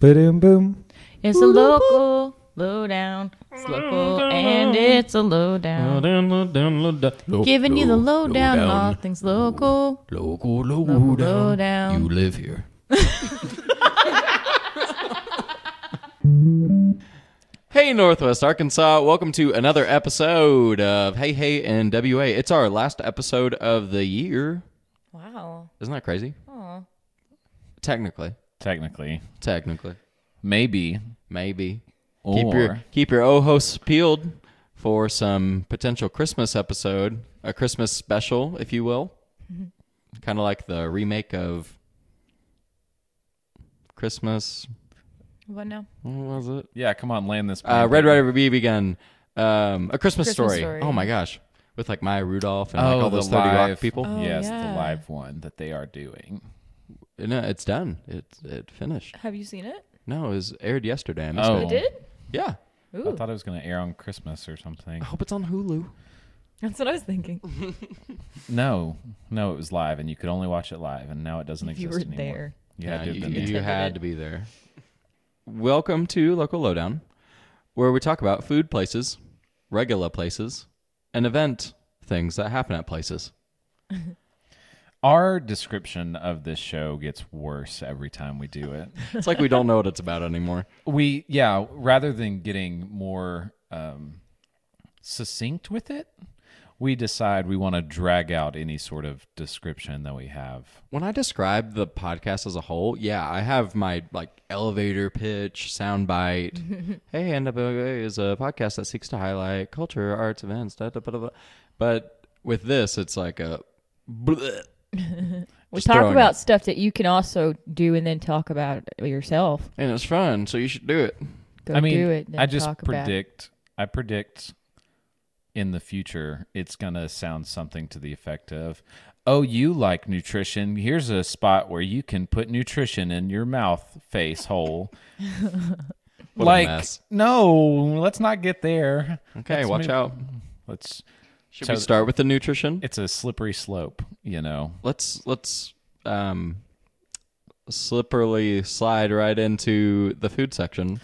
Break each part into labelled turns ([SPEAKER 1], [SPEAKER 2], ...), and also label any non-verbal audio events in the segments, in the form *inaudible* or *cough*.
[SPEAKER 1] Boom, boom.
[SPEAKER 2] It's a local lowdown. It's local and it's a
[SPEAKER 3] Oh,
[SPEAKER 2] lowdown. Giving you the lowdown on all things local.
[SPEAKER 4] Local
[SPEAKER 2] lowdown.
[SPEAKER 4] You live
[SPEAKER 2] *laughs*
[SPEAKER 4] here. hey, Northwest Arkansas. Welcome to another episode of Hey Hey and WA. It's our last episode of the year.
[SPEAKER 2] Wow.
[SPEAKER 4] Isn't that crazy? Technically.
[SPEAKER 3] Technically,
[SPEAKER 4] Technically.
[SPEAKER 3] maybe.
[SPEAKER 4] Maybe.
[SPEAKER 3] Or
[SPEAKER 4] Keep your keep your ojos peeled for some potential Christmas episode, a Christmas special, if you will.
[SPEAKER 3] Mm-hmm.
[SPEAKER 4] kind of like the remake of Christmas.
[SPEAKER 2] What now?
[SPEAKER 4] What was it?
[SPEAKER 3] yeah, come on, land this.
[SPEAKER 4] Uh,
[SPEAKER 3] plane,
[SPEAKER 4] Red
[SPEAKER 3] baby.
[SPEAKER 4] Rider BB Gun. Um, a Christmas,
[SPEAKER 2] Christmas
[SPEAKER 4] story.
[SPEAKER 2] Story.
[SPEAKER 4] Oh my gosh, with like Maya Rudolph and
[SPEAKER 3] Oh,
[SPEAKER 4] like all
[SPEAKER 3] the
[SPEAKER 4] those Thirty Rock
[SPEAKER 3] live-
[SPEAKER 4] people.
[SPEAKER 2] Oh,
[SPEAKER 3] yes,
[SPEAKER 2] yeah.
[SPEAKER 3] the live one that they are doing.
[SPEAKER 4] No, uh, it's done. It it finished.
[SPEAKER 2] Have you seen it?
[SPEAKER 4] No, it was aired yesterday. I missed
[SPEAKER 3] Oh.
[SPEAKER 4] it.
[SPEAKER 2] I did?
[SPEAKER 4] Yeah.
[SPEAKER 3] I
[SPEAKER 2] Ooh.
[SPEAKER 3] thought it was going to air on Christmas or something.
[SPEAKER 4] I hope it's on Hulu.
[SPEAKER 2] That's what I was thinking.
[SPEAKER 3] No, no, it was live, and you could only watch it live, and now it doesn't
[SPEAKER 2] If you
[SPEAKER 3] exist
[SPEAKER 2] were
[SPEAKER 3] anymore.
[SPEAKER 2] there.
[SPEAKER 3] You had
[SPEAKER 4] Yeah,
[SPEAKER 3] to have
[SPEAKER 4] you,
[SPEAKER 3] been
[SPEAKER 4] you
[SPEAKER 3] there.
[SPEAKER 2] attended
[SPEAKER 4] had
[SPEAKER 2] it.
[SPEAKER 4] to be there. Welcome to Local Lowdown, where we talk about food places, regular places, and event things that happen at places.
[SPEAKER 3] Our description of this show gets worse every time we
[SPEAKER 2] *laughs*
[SPEAKER 3] do it.
[SPEAKER 4] It's like we don't know what it's about anymore.
[SPEAKER 3] we, yeah, rather than getting more um, succinct with it, we decide we want to drag out any sort of description that we have.
[SPEAKER 4] When I describe the podcast as a whole, yeah, I have my like elevator pitch, *laughs* soundbite. hey, NWA is a podcast that seeks to highlight culture, arts, events, da da da da. da. But with this, it's like a. bleh.
[SPEAKER 2] We
[SPEAKER 4] Just
[SPEAKER 2] talk
[SPEAKER 4] throwing
[SPEAKER 2] about
[SPEAKER 4] it.
[SPEAKER 2] stuff that you can also do and then talk about yourself.
[SPEAKER 4] and it's fun, so you should do it.
[SPEAKER 2] Go
[SPEAKER 3] I mean,
[SPEAKER 2] do it. Then
[SPEAKER 3] I just
[SPEAKER 2] talk about it.
[SPEAKER 3] predict. I predict in the future it's gonna sound something to the effect of, "Oh, you like nutrition? Here's a spot where you can put nutrition in your mouth face hole."
[SPEAKER 4] *laughs* What a
[SPEAKER 3] like,
[SPEAKER 4] mess.
[SPEAKER 3] no, let's not get there.
[SPEAKER 4] Okay,
[SPEAKER 3] Let's
[SPEAKER 4] watch
[SPEAKER 3] move-
[SPEAKER 4] out.
[SPEAKER 3] Let's.
[SPEAKER 4] Should
[SPEAKER 3] So
[SPEAKER 4] we
[SPEAKER 3] th-
[SPEAKER 4] start with the nutrition?
[SPEAKER 3] It's a slippery slope, you know.
[SPEAKER 4] let's let's um slipperily slide right into the food section.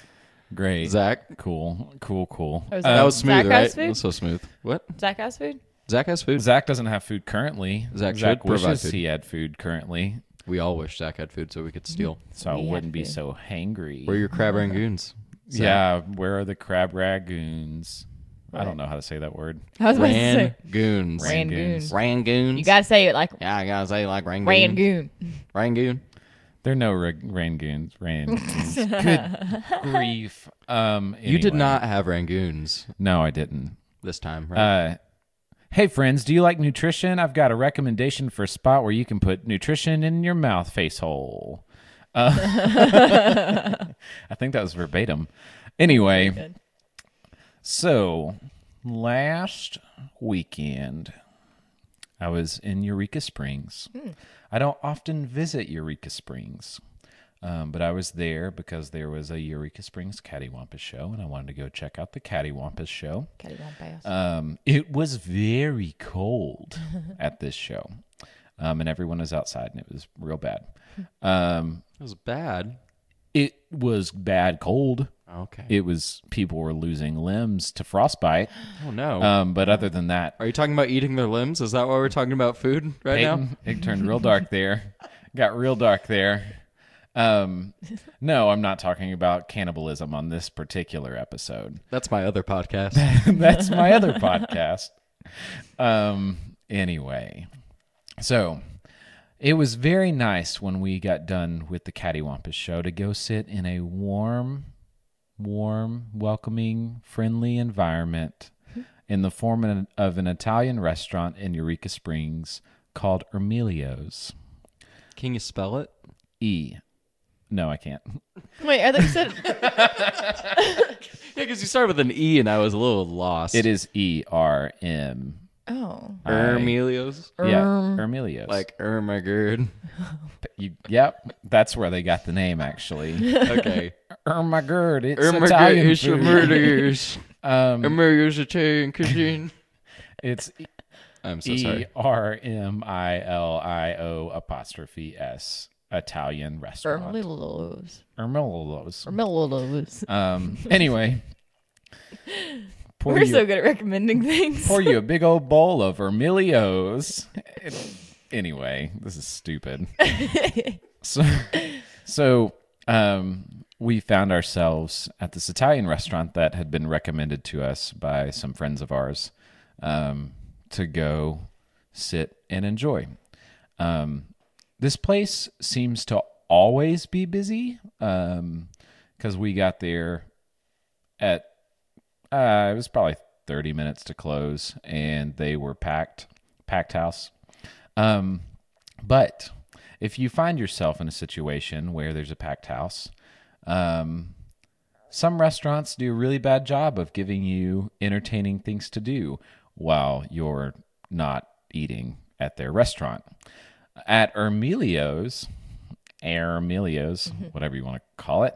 [SPEAKER 3] Great.
[SPEAKER 4] Zach,
[SPEAKER 3] Cool, cool, cool. Uh,
[SPEAKER 2] Oh, is
[SPEAKER 4] that was
[SPEAKER 2] Zach has
[SPEAKER 4] smooth, right?
[SPEAKER 2] food?
[SPEAKER 4] That was so smooth. What?
[SPEAKER 2] Zach has food?
[SPEAKER 4] Zach has food.
[SPEAKER 3] Zach doesn't have food currently.
[SPEAKER 4] Zach should provide
[SPEAKER 3] wishes
[SPEAKER 4] food.
[SPEAKER 3] he had food currently,
[SPEAKER 4] We all wish Zach had food so we could steal.
[SPEAKER 3] so
[SPEAKER 2] We
[SPEAKER 3] I
[SPEAKER 2] had
[SPEAKER 3] wouldn't be
[SPEAKER 2] food.
[SPEAKER 3] so hangry.
[SPEAKER 4] We're your crab rangoons. Zach.
[SPEAKER 3] Yeah, where are the crab ragoons? I don't know how to say that word.
[SPEAKER 2] I was about to say
[SPEAKER 4] Rangoons.
[SPEAKER 3] Ran-
[SPEAKER 2] Rangoon.
[SPEAKER 4] Rangoons.
[SPEAKER 2] You gotta say it like
[SPEAKER 4] yeah, I gotta say like rangoon.
[SPEAKER 2] Rangoon.
[SPEAKER 4] Rangoon.
[SPEAKER 3] There are no ra- rangoons. Rangoons. Good grief. Um,
[SPEAKER 4] You did
[SPEAKER 3] anyway.
[SPEAKER 4] not have rangoons
[SPEAKER 3] No, I didn't.
[SPEAKER 4] this time, right?
[SPEAKER 3] Uh, hey friends, do you like nutrition? I've got a recommendation for a spot where you can put nutrition in your mouth face hole. Uh, *laughs* I think that was verbatim. Anyway,
[SPEAKER 2] good.
[SPEAKER 3] so last weekend I was in Eureka Springs. I don't often visit Eureka Springs. Um, but I was there because there was a Eureka Springs Cattywampus show, and I wanted to go check out the Cattywampus show.
[SPEAKER 2] Got it on fast.
[SPEAKER 3] Um, it was very
[SPEAKER 4] *laughs*
[SPEAKER 3] cold at this show, um, and everyone was outside, and it was real bad. Um,
[SPEAKER 4] it was bad.
[SPEAKER 3] it was bad cold.
[SPEAKER 4] Okay.
[SPEAKER 3] It was people were losing limbs to frostbite.
[SPEAKER 4] oh no.
[SPEAKER 3] Um, but other than that,
[SPEAKER 4] Are you talking about eating their limbs? Is that why we're talking about food right now?
[SPEAKER 3] Peyton, it turned real
[SPEAKER 4] *laughs*
[SPEAKER 3] dark there. Got real dark there. Um, no, I'm not talking about cannibalism on this particular episode.
[SPEAKER 4] That's my other
[SPEAKER 3] *laughs*
[SPEAKER 4] podcast.
[SPEAKER 3] That's my other podcast. Um, anyway, so it was very nice when we got done with the Cattywampus show to go sit in a warm, warm, welcoming, friendly environment in the form of an- of an Italian restaurant in Eureka Springs called Ermilio's.
[SPEAKER 4] Can you spell it?
[SPEAKER 3] E. No, I can't.
[SPEAKER 2] Wait, I thought you said *laughs*
[SPEAKER 4] Yeah, because you started with an E and I was a little lost.
[SPEAKER 3] It is E R M.
[SPEAKER 2] Oh.
[SPEAKER 4] Ermelios.
[SPEAKER 3] Yeah,
[SPEAKER 2] Erm.
[SPEAKER 3] Ermilio's.
[SPEAKER 4] Like, oh my *laughs* god.
[SPEAKER 3] You, yep, that's where they got the name actually.
[SPEAKER 4] Okay.
[SPEAKER 3] oh my god, it's
[SPEAKER 4] Oh my god,
[SPEAKER 3] Italian
[SPEAKER 4] it's Mm. *laughs*
[SPEAKER 3] food.
[SPEAKER 4] Ermelios.
[SPEAKER 3] Um,
[SPEAKER 4] Ermelios Italian cuisine.
[SPEAKER 3] it's
[SPEAKER 4] *laughs* I'm so
[SPEAKER 3] E
[SPEAKER 4] sorry.
[SPEAKER 3] R M I L I O apostrophe S Italian restaurant.
[SPEAKER 2] Ermelos.
[SPEAKER 3] Ermelo's.
[SPEAKER 2] Ermelos.
[SPEAKER 3] Um, anyway, pour
[SPEAKER 2] We're
[SPEAKER 3] you,
[SPEAKER 2] so good at recommending things.
[SPEAKER 3] pour you a big old bowl of Ermelios. anyway, this is stupid. so, so um, we found ourselves at this Italian restaurant that had been recommended to us by some friends of ours um, to go sit and enjoy. Um, this place seems to always be busy because we got there at uh, it was probably 30 minutes to close and they were packed packed house um, but if you find yourself in a situation where there's a packed house um, some restaurants do a really bad job of giving you entertaining things to do while you're not eating at their restaurant at Ermelio's, Ermelio's, whatever you want to call it,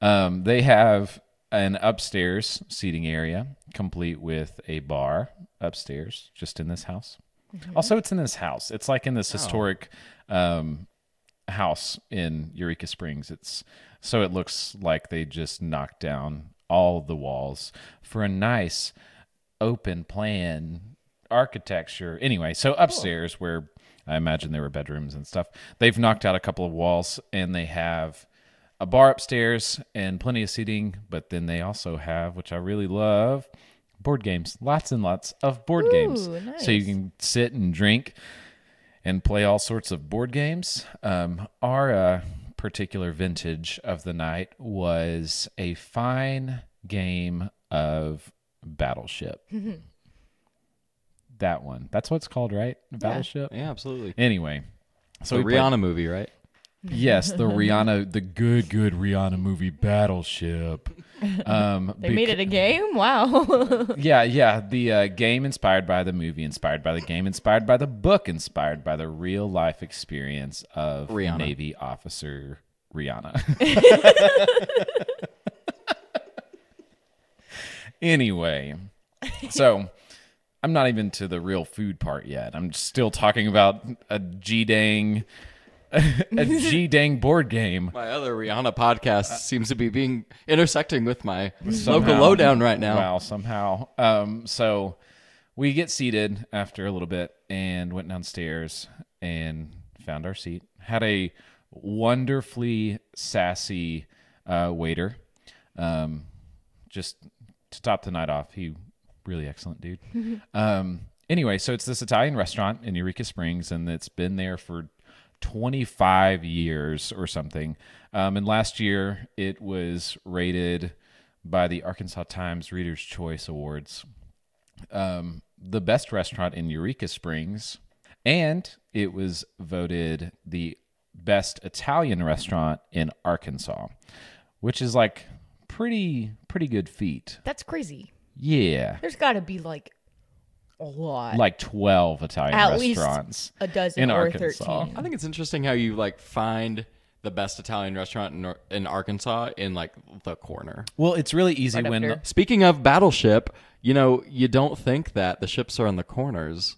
[SPEAKER 3] um, they have an upstairs seating area complete with a bar upstairs, just in this house. Also, it's in this house. It's like in this historic um, house in Eureka Springs. It's so it looks like they just knocked down all the walls for a nice open plan architecture. Anyway, so upstairs where I imagine there were bedrooms and stuff, they've knocked out a couple of walls and they have a bar upstairs and plenty of seating, but then they also have, which I really love, board games. Lots and lots of board games.
[SPEAKER 2] Ooh,
[SPEAKER 3] So you
[SPEAKER 2] nice.
[SPEAKER 3] can sit and drink and play all sorts of board games. Um, our uh, particular vintage of the night was a fine game of Battleship.
[SPEAKER 2] Mm-hmm.
[SPEAKER 3] that one. That's what it's called, right? Battleship.
[SPEAKER 4] Yeah, absolutely.
[SPEAKER 3] Anyway,
[SPEAKER 4] So
[SPEAKER 3] so
[SPEAKER 4] the
[SPEAKER 3] we played-
[SPEAKER 4] Rihanna movie, right?
[SPEAKER 3] yes,
[SPEAKER 2] *laughs*
[SPEAKER 3] the Rihanna, the good, good Rihanna movie Battleship.
[SPEAKER 2] *laughs*
[SPEAKER 3] Um,
[SPEAKER 2] they made it a game? Wow.
[SPEAKER 3] yeah, yeah. The uh, game inspired by the movie, inspired by the game, inspired by the book, inspired by the real life experience of
[SPEAKER 4] Rihanna.
[SPEAKER 3] Navy officer Rihanna. *laughs* anyway, so I'm not even to the real food part yet. I'm still talking about a G dang, *laughs* a G dang board game.
[SPEAKER 4] My other Rihanna podcast seems to be being intersecting Uh, with my local
[SPEAKER 3] Somehow.
[SPEAKER 4] lowdown right now.
[SPEAKER 3] Wow, somehow. Um, so we get seated after a little bit and went downstairs and found our seat. Had a wonderfully sassy uh, waiter. Um, just to top the night off, he really excellent dude. um, anyway, so it's this Italian restaurant in Eureka Springs, and it's been there for 25 years or something. Um, and last year, it was rated by the Arkansas Times Reader's Choice Awards um, the best restaurant in Eureka Springs, and it was voted the best Italian restaurant in Arkansas, which is like pretty pretty good feat.
[SPEAKER 2] That's crazy.
[SPEAKER 3] Yeah,
[SPEAKER 2] There's got to be like a lot.
[SPEAKER 3] like twelve Italian
[SPEAKER 2] At least
[SPEAKER 3] restaurants.
[SPEAKER 2] a dozen
[SPEAKER 3] in
[SPEAKER 2] or
[SPEAKER 3] Arkansas.
[SPEAKER 2] 13.
[SPEAKER 4] I think it's interesting how you like find the best Italian restaurant in, Ar- in Arkansas in like the corner.
[SPEAKER 3] well, it's really easy
[SPEAKER 2] up
[SPEAKER 3] when
[SPEAKER 2] there.
[SPEAKER 4] Speaking of battleship, you know, you don't think that the ships are on the corners.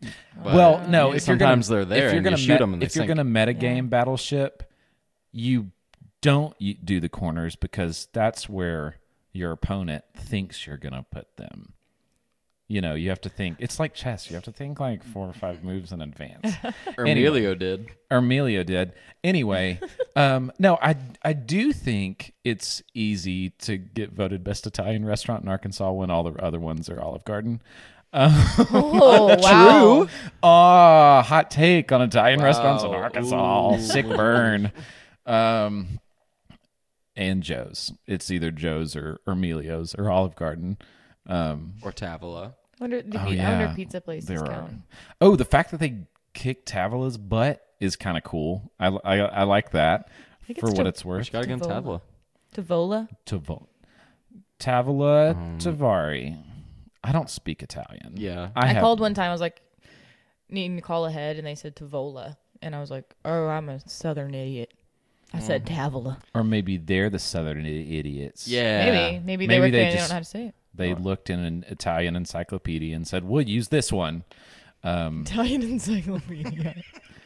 [SPEAKER 4] But
[SPEAKER 3] well, no, if
[SPEAKER 4] sometimes
[SPEAKER 3] you're gonna,
[SPEAKER 4] they're there
[SPEAKER 3] If
[SPEAKER 4] and
[SPEAKER 3] you're
[SPEAKER 4] you
[SPEAKER 3] gonna
[SPEAKER 4] shoot 'em and they
[SPEAKER 3] if you're
[SPEAKER 4] sink.
[SPEAKER 3] gonna metagame battleship, you don't y- do the corners because that's where your opponent thinks you're gonna put them. You know, you have to think. It's like chess. You have to think like four or five moves in advance. Anyway.
[SPEAKER 4] Emilio did.
[SPEAKER 3] Ermelio did. Anyway, um, no, I I do think it's easy to get voted best Italian restaurant in Arkansas when all the other ones are Olive Garden.
[SPEAKER 2] oh, wow.
[SPEAKER 3] True. Ah, hot take on Italian restaurants in Arkansas. Sick burn. Um, and Joe's. It's either Joe's or Emilio's or Olive Garden. Um,
[SPEAKER 4] Or Tavola.
[SPEAKER 2] Wonder, did
[SPEAKER 3] Oh,
[SPEAKER 2] the
[SPEAKER 3] yeah.
[SPEAKER 2] outer pizza places
[SPEAKER 3] there are.
[SPEAKER 2] count?
[SPEAKER 3] Oh, the fact that they kicked Tavola's butt is kind of cool. I, I I like that
[SPEAKER 2] think
[SPEAKER 3] for
[SPEAKER 2] it's
[SPEAKER 3] what
[SPEAKER 2] Tav-
[SPEAKER 3] it's worth.
[SPEAKER 4] She got against
[SPEAKER 2] Tavola. Tavola?
[SPEAKER 4] Tavola.
[SPEAKER 3] Tavo- Tavola Tavari. I don't speak Italian.
[SPEAKER 4] Um, Yeah.
[SPEAKER 3] I,
[SPEAKER 2] I,
[SPEAKER 3] have-
[SPEAKER 2] called one time. I was like, needing to call ahead, and they said Tavola, and I was like, oh, I'm a southern idiot. I said Tavola.
[SPEAKER 3] or maybe they're the Southern i- idiots.
[SPEAKER 4] Yeah.
[SPEAKER 2] Maybe, maybe
[SPEAKER 3] Maybe
[SPEAKER 2] they were
[SPEAKER 3] they
[SPEAKER 2] they, they don't
[SPEAKER 3] just-
[SPEAKER 2] know how to say it.
[SPEAKER 3] They looked in an Italian encyclopedia and said, "We'll use this one."
[SPEAKER 2] Italian encyclopedia.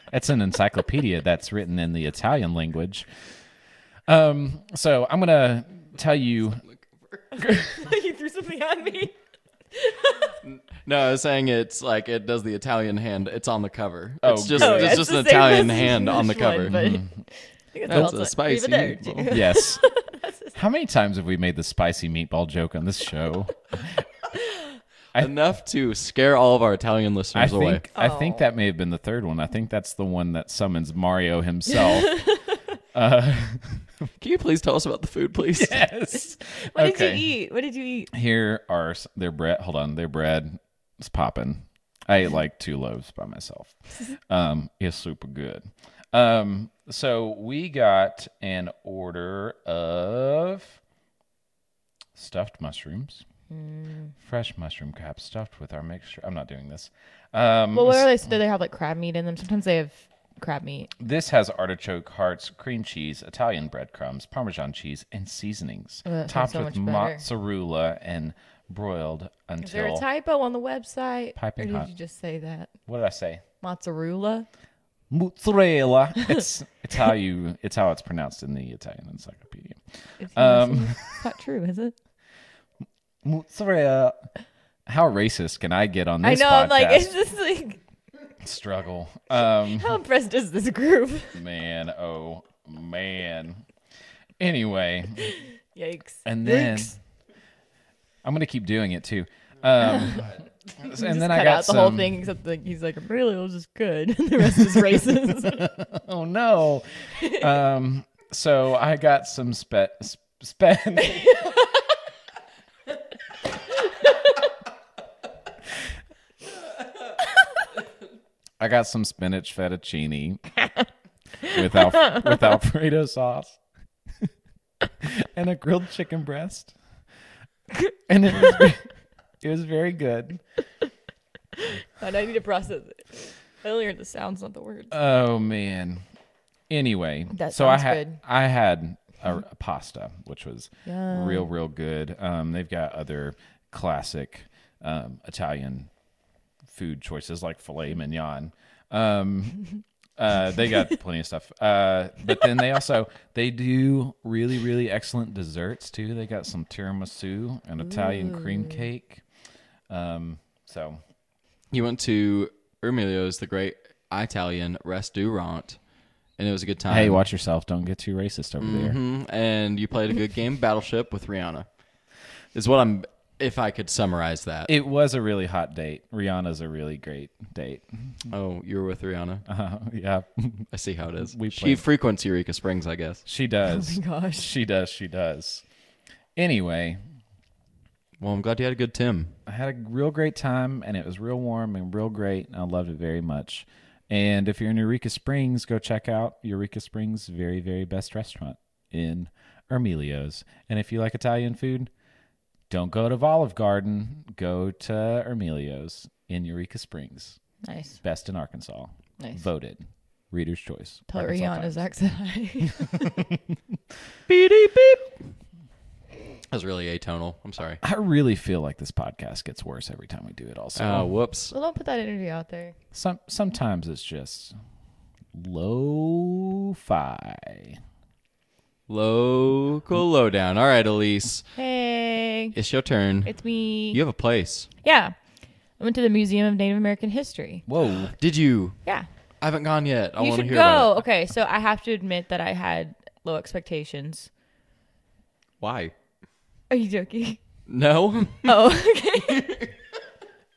[SPEAKER 3] That's Um, an encyclopedia that's written in the Italian language. Um, so I'm gonna tell you.
[SPEAKER 2] you threw something at me.
[SPEAKER 4] No, I was saying it's like it does the Italian hand. It's on the cover. It's
[SPEAKER 3] Oh,
[SPEAKER 4] just
[SPEAKER 3] good.
[SPEAKER 4] it's
[SPEAKER 3] yeah,
[SPEAKER 2] it's
[SPEAKER 4] just
[SPEAKER 2] the
[SPEAKER 4] an
[SPEAKER 2] same
[SPEAKER 4] Italian
[SPEAKER 2] as the
[SPEAKER 4] hand on the
[SPEAKER 2] English one,
[SPEAKER 4] cover.
[SPEAKER 2] but-
[SPEAKER 4] Mhm.
[SPEAKER 2] I think
[SPEAKER 4] That's
[SPEAKER 2] all
[SPEAKER 4] a
[SPEAKER 2] it's-
[SPEAKER 4] spicy Mm-hmm.
[SPEAKER 2] Arrivederci.
[SPEAKER 4] meatball.
[SPEAKER 3] Yes. How many times have we made the spicy meatball joke on this show? I-
[SPEAKER 4] Enough to scare all of our Italian
[SPEAKER 3] I
[SPEAKER 4] listeners
[SPEAKER 3] think
[SPEAKER 4] away.
[SPEAKER 3] I think that may have been the third one. I think that's the one that summons Mario himself. uh, *laughs*
[SPEAKER 4] Can you please tell us about the food, please?
[SPEAKER 3] yes.
[SPEAKER 2] What did you eat? What did you eat?
[SPEAKER 3] Here are s- their bread. Hold on, their bread is popping. I ate like two loaves
[SPEAKER 2] *laughs*
[SPEAKER 3] by myself. Um, it's super good. Um, so we got an order of stuffed mushrooms,
[SPEAKER 2] Mm.
[SPEAKER 3] fresh mushroom crab stuffed with our mixture. I'm not doing this. Um,
[SPEAKER 2] Well, what are they? Do they have like crab meat in them? Sometimes they have crab meat.
[SPEAKER 3] This has artichoke hearts, cream cheese, Italian breadcrumbs, Parmesan cheese, and seasonings,
[SPEAKER 2] that sounds
[SPEAKER 3] topped
[SPEAKER 2] so
[SPEAKER 3] with
[SPEAKER 2] much better.
[SPEAKER 3] mozzarella and broiled
[SPEAKER 2] Is there a
[SPEAKER 3] until.
[SPEAKER 2] typo on the website?
[SPEAKER 3] Piping
[SPEAKER 2] or did
[SPEAKER 3] hot.
[SPEAKER 2] you just say that
[SPEAKER 3] what did I say?
[SPEAKER 2] mozzarella? *laughs*
[SPEAKER 3] Mozzarella. It's it's how you it's how it's pronounced in the Italian encyclopedia.
[SPEAKER 2] If you
[SPEAKER 3] Um.
[SPEAKER 2] listen, it's not true, is
[SPEAKER 4] *laughs*
[SPEAKER 2] it?
[SPEAKER 3] Mozzarella. How racist can I get on
[SPEAKER 2] I
[SPEAKER 3] this
[SPEAKER 2] know.
[SPEAKER 3] podcast?
[SPEAKER 2] I'm like, it's just like,
[SPEAKER 3] struggle. Um, *laughs*
[SPEAKER 2] how impressed is this group? *laughs*
[SPEAKER 3] man, oh man. Anyway,
[SPEAKER 2] Yikes.
[SPEAKER 3] and then
[SPEAKER 2] Yikes.
[SPEAKER 3] I'm gonna keep doing it too. Um, and
[SPEAKER 2] *laughs* You just
[SPEAKER 3] then
[SPEAKER 2] cut
[SPEAKER 3] I got
[SPEAKER 2] out the whole
[SPEAKER 3] some-
[SPEAKER 2] thing except like he's like, really, it was just good. *laughs* And the rest is racist. *laughs*
[SPEAKER 3] *laughs* Oh no. um, so I got some spe sp- spe- I got some spinach fettuccine with alf- with Alfredo sauce and a grilled chicken breast, and it was ve- it was very good.
[SPEAKER 2] and I need to process it. I only heard the sounds, not the words.
[SPEAKER 3] Oh man. Anyway,
[SPEAKER 2] That
[SPEAKER 3] so I
[SPEAKER 2] sounds
[SPEAKER 3] had
[SPEAKER 2] good.
[SPEAKER 3] I had a, a pasta, which was
[SPEAKER 2] Yum.
[SPEAKER 3] real, real good. Um, they've got other classic um, Italian food choices like filet mignon.
[SPEAKER 2] *laughs*
[SPEAKER 3] Um, uh, they got plenty of stuff. Uh, but then they also they do really, really excellent desserts too. They got some tiramisu and Italian cream cake. Um, so
[SPEAKER 4] He went to Ermilio's, the great Italian restaurant, and it was a good time.
[SPEAKER 3] hey, watch yourself! Don't get too racist over there.
[SPEAKER 4] Mhm, And you played a good game, Battleship, with Rihanna. Is what I'm. If I could summarize that.
[SPEAKER 3] It was a really hot date. Rihanna's a really great date. *laughs*
[SPEAKER 4] oh, you were with Rihanna.
[SPEAKER 3] Uh, yeah,
[SPEAKER 4] I see how it is.
[SPEAKER 3] We
[SPEAKER 4] she
[SPEAKER 3] played-
[SPEAKER 4] frequents Eureka Springs, I guess.
[SPEAKER 3] she does.
[SPEAKER 2] *laughs* Oh my gosh.
[SPEAKER 3] She does. She does. Anyway,
[SPEAKER 4] Well, I'm glad you had a good Tim.
[SPEAKER 3] I had a real great time, and it was real warm and real great, and I loved it very much. And if you're in Eureka Springs, go check out Eureka Springs' very, very best restaurant in Ermilio's. And if you like Italian food, don't go to Olive Garden. Go to Ermilio's in Eureka Springs.
[SPEAKER 2] Nice.
[SPEAKER 3] Best in Arkansas.
[SPEAKER 2] Nice.
[SPEAKER 3] Voted. Reader's Choice.
[SPEAKER 2] Tell
[SPEAKER 3] Arkansas Times.
[SPEAKER 2] Rihanna's accent.
[SPEAKER 4] That was really atonal. I'm sorry.
[SPEAKER 3] I really feel like this podcast gets worse every time we do it. Also,
[SPEAKER 4] Uh,
[SPEAKER 2] *laughs*
[SPEAKER 4] whoops.
[SPEAKER 2] well, don't put that energy out there.
[SPEAKER 3] some sometimes it's just lo-fi.
[SPEAKER 4] Local lowdown. All right, Elise.
[SPEAKER 2] Hey,
[SPEAKER 4] It's your turn.
[SPEAKER 2] it's me.
[SPEAKER 4] You have a place.
[SPEAKER 2] Yeah. I went to the Museum of Native American History.
[SPEAKER 3] Whoa!
[SPEAKER 4] Did you?
[SPEAKER 2] Yeah.
[SPEAKER 4] I haven't gone yet. I
[SPEAKER 2] you
[SPEAKER 4] want to
[SPEAKER 2] should
[SPEAKER 4] hear
[SPEAKER 2] go.
[SPEAKER 4] about it.
[SPEAKER 2] Okay, so I have to admit that I had low expectations.
[SPEAKER 4] Why?
[SPEAKER 2] Are you joking? *laughs*
[SPEAKER 4] No. *laughs*
[SPEAKER 2] Oh, okay.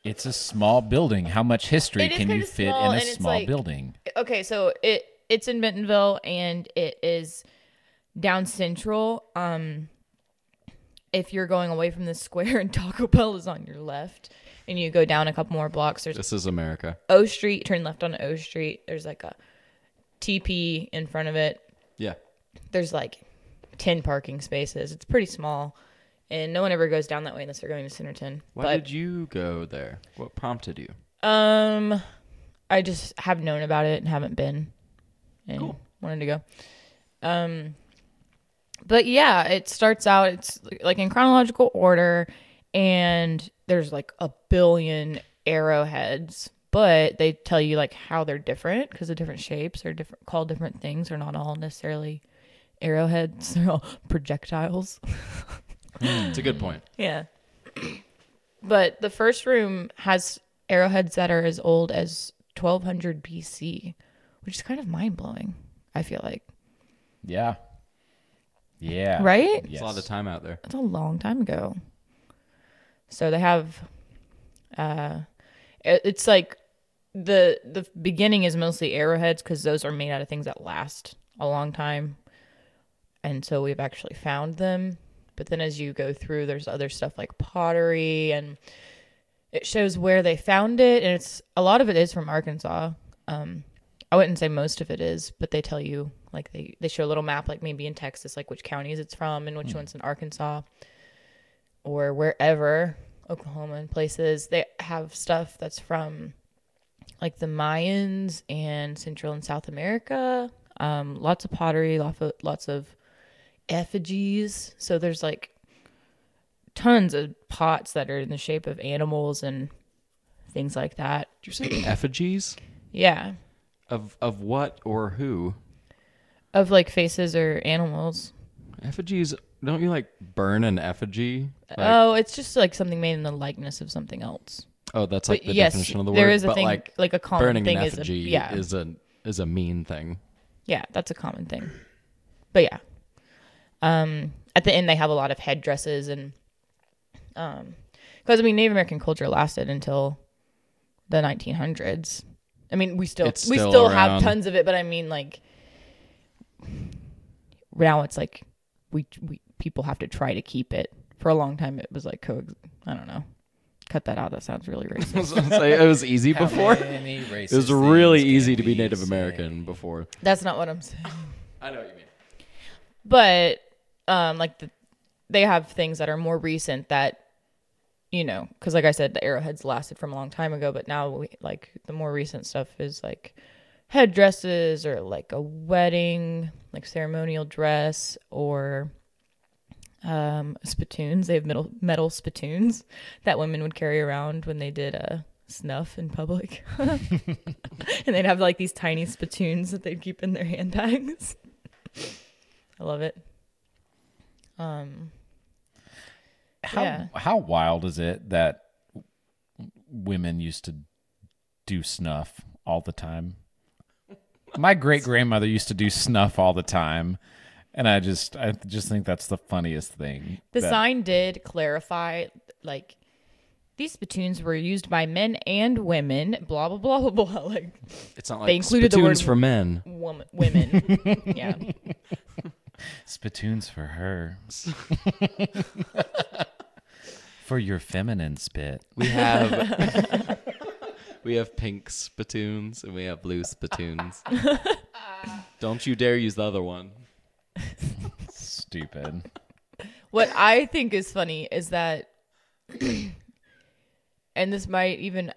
[SPEAKER 3] It's a small building. How much history
[SPEAKER 2] It is
[SPEAKER 3] can you
[SPEAKER 2] kinda
[SPEAKER 3] fit
[SPEAKER 2] small,
[SPEAKER 3] in a
[SPEAKER 2] and it's
[SPEAKER 3] small
[SPEAKER 2] like-
[SPEAKER 3] building?
[SPEAKER 2] okay, so it it's in Bentonville and it is down central. Um if you're going away from this square *laughs* and Taco Bell is on your left and you go down a couple more blocks, there's
[SPEAKER 4] this is America.
[SPEAKER 2] O Street, turn left on O Street. There's like a TP in front of it.
[SPEAKER 4] Yeah.
[SPEAKER 2] There's like 10 parking spaces. It's pretty small. And no one ever goes down that way unless they're going to Centerton.
[SPEAKER 4] Why did you go there? What prompted you?
[SPEAKER 2] but um I just have known about it and haven't been and wanted to go. Um but yeah, it starts out it's like in chronological order and there's like a billion arrowheads but they tell you like how they're different because the different shapes are different, called different things. They're not all necessarily arrowheads. They're all projectiles.
[SPEAKER 4] It's a good point.
[SPEAKER 2] Yeah. But the first room has arrowheads that are as old as 1200 BC, which is kind of mind blowing, I feel like.
[SPEAKER 3] Yeah. Yeah.
[SPEAKER 2] Right?
[SPEAKER 4] It's a lot of
[SPEAKER 3] Yes.
[SPEAKER 4] time out there.
[SPEAKER 2] That's a long time ago. So they have uh it- it's like the the beginning is mostly arrowheads cuz those are made out of things that last a long time. And so we've actually found them. But then as you go through there's other stuff like pottery and it shows where they found it and it's a lot of it is from Arkansas. Um I wouldn't say most of it is, but they tell you like they they show a little map like maybe in Texas like which counties it's from and which ones in Arkansas or wherever Oklahoma and places they have stuff that's from like the Mayans and Central and South America. Um, lots of pottery, lots of, lots of effigies. So there's like tons of pots that are in the shape of animals and things like that.
[SPEAKER 4] Did you
[SPEAKER 2] *clears throat*
[SPEAKER 4] say effigies
[SPEAKER 2] Yeah,
[SPEAKER 4] of of what or who?
[SPEAKER 2] of like faces or animals.
[SPEAKER 4] Effigies? Don't you like burn an effigy? Like-
[SPEAKER 2] oh, it's just like something made in the likeness of something else.
[SPEAKER 4] oh, that's like
[SPEAKER 2] but
[SPEAKER 4] the
[SPEAKER 2] yes,
[SPEAKER 4] definition of the word.
[SPEAKER 2] there is a
[SPEAKER 4] but
[SPEAKER 2] thing
[SPEAKER 4] like
[SPEAKER 2] like, a common
[SPEAKER 4] burning
[SPEAKER 2] thing
[SPEAKER 4] an
[SPEAKER 2] is a,
[SPEAKER 4] effigy
[SPEAKER 2] yeah
[SPEAKER 4] is a is a mean
[SPEAKER 2] *laughs*
[SPEAKER 4] thing. *laughs*
[SPEAKER 2] yeah that's a common thing. But yeah, um, at the end they have a lot of headdresses and um, because I mean Native American culture lasted until the 1900s. I mean we still
[SPEAKER 4] It's
[SPEAKER 2] we
[SPEAKER 4] still
[SPEAKER 2] still
[SPEAKER 4] around.
[SPEAKER 2] have tons of it, but I mean like now it's like we we people have to try to keep it. For a long time, it was like co. I don't know. Cut that out. That sounds really racist.
[SPEAKER 4] *laughs* I was gonna say, it was easy before.
[SPEAKER 3] It
[SPEAKER 4] It was really easy to be Native American before.
[SPEAKER 2] That's not what I'm saying.
[SPEAKER 4] I know what you mean.
[SPEAKER 2] But um, like the, they have things that are more recent that you know, because like I said, the arrowheads lasted from a long time ago, but now we, like the more recent stuff is like headdresses or like a wedding, like ceremonial dress or um, spittoons. They have metal metal spittoons that women would carry around when they did uh, snuff in public, *laughs* and they'd have like these tiny spittoons that they'd keep in their handbags. I love it. Um,
[SPEAKER 3] How,
[SPEAKER 2] Yeah.
[SPEAKER 3] how wild is it that women used to do snuff all the time? My great grandmother used to do snuff all the time, and I just I just think that's the funniest thing.
[SPEAKER 2] The
[SPEAKER 3] that-
[SPEAKER 2] sign did clarify, like, these spittoons were used by men and women, blah, blah, blah, *laughs* blah, blah. Like,
[SPEAKER 4] It's not like
[SPEAKER 2] They included the
[SPEAKER 4] spittoons
[SPEAKER 2] word-
[SPEAKER 4] for men.
[SPEAKER 2] woman, women. yeah.
[SPEAKER 3] spittoons
[SPEAKER 2] *laughs*
[SPEAKER 3] for her, for your feminine spit.
[SPEAKER 2] *laughs*
[SPEAKER 4] We have we have pink spittoons and we have
[SPEAKER 2] *laughs*
[SPEAKER 4] blue spittoons. Don't you dare use the other one.
[SPEAKER 3] Stupid.
[SPEAKER 2] What I think is funny is that, *clears throat* and this might even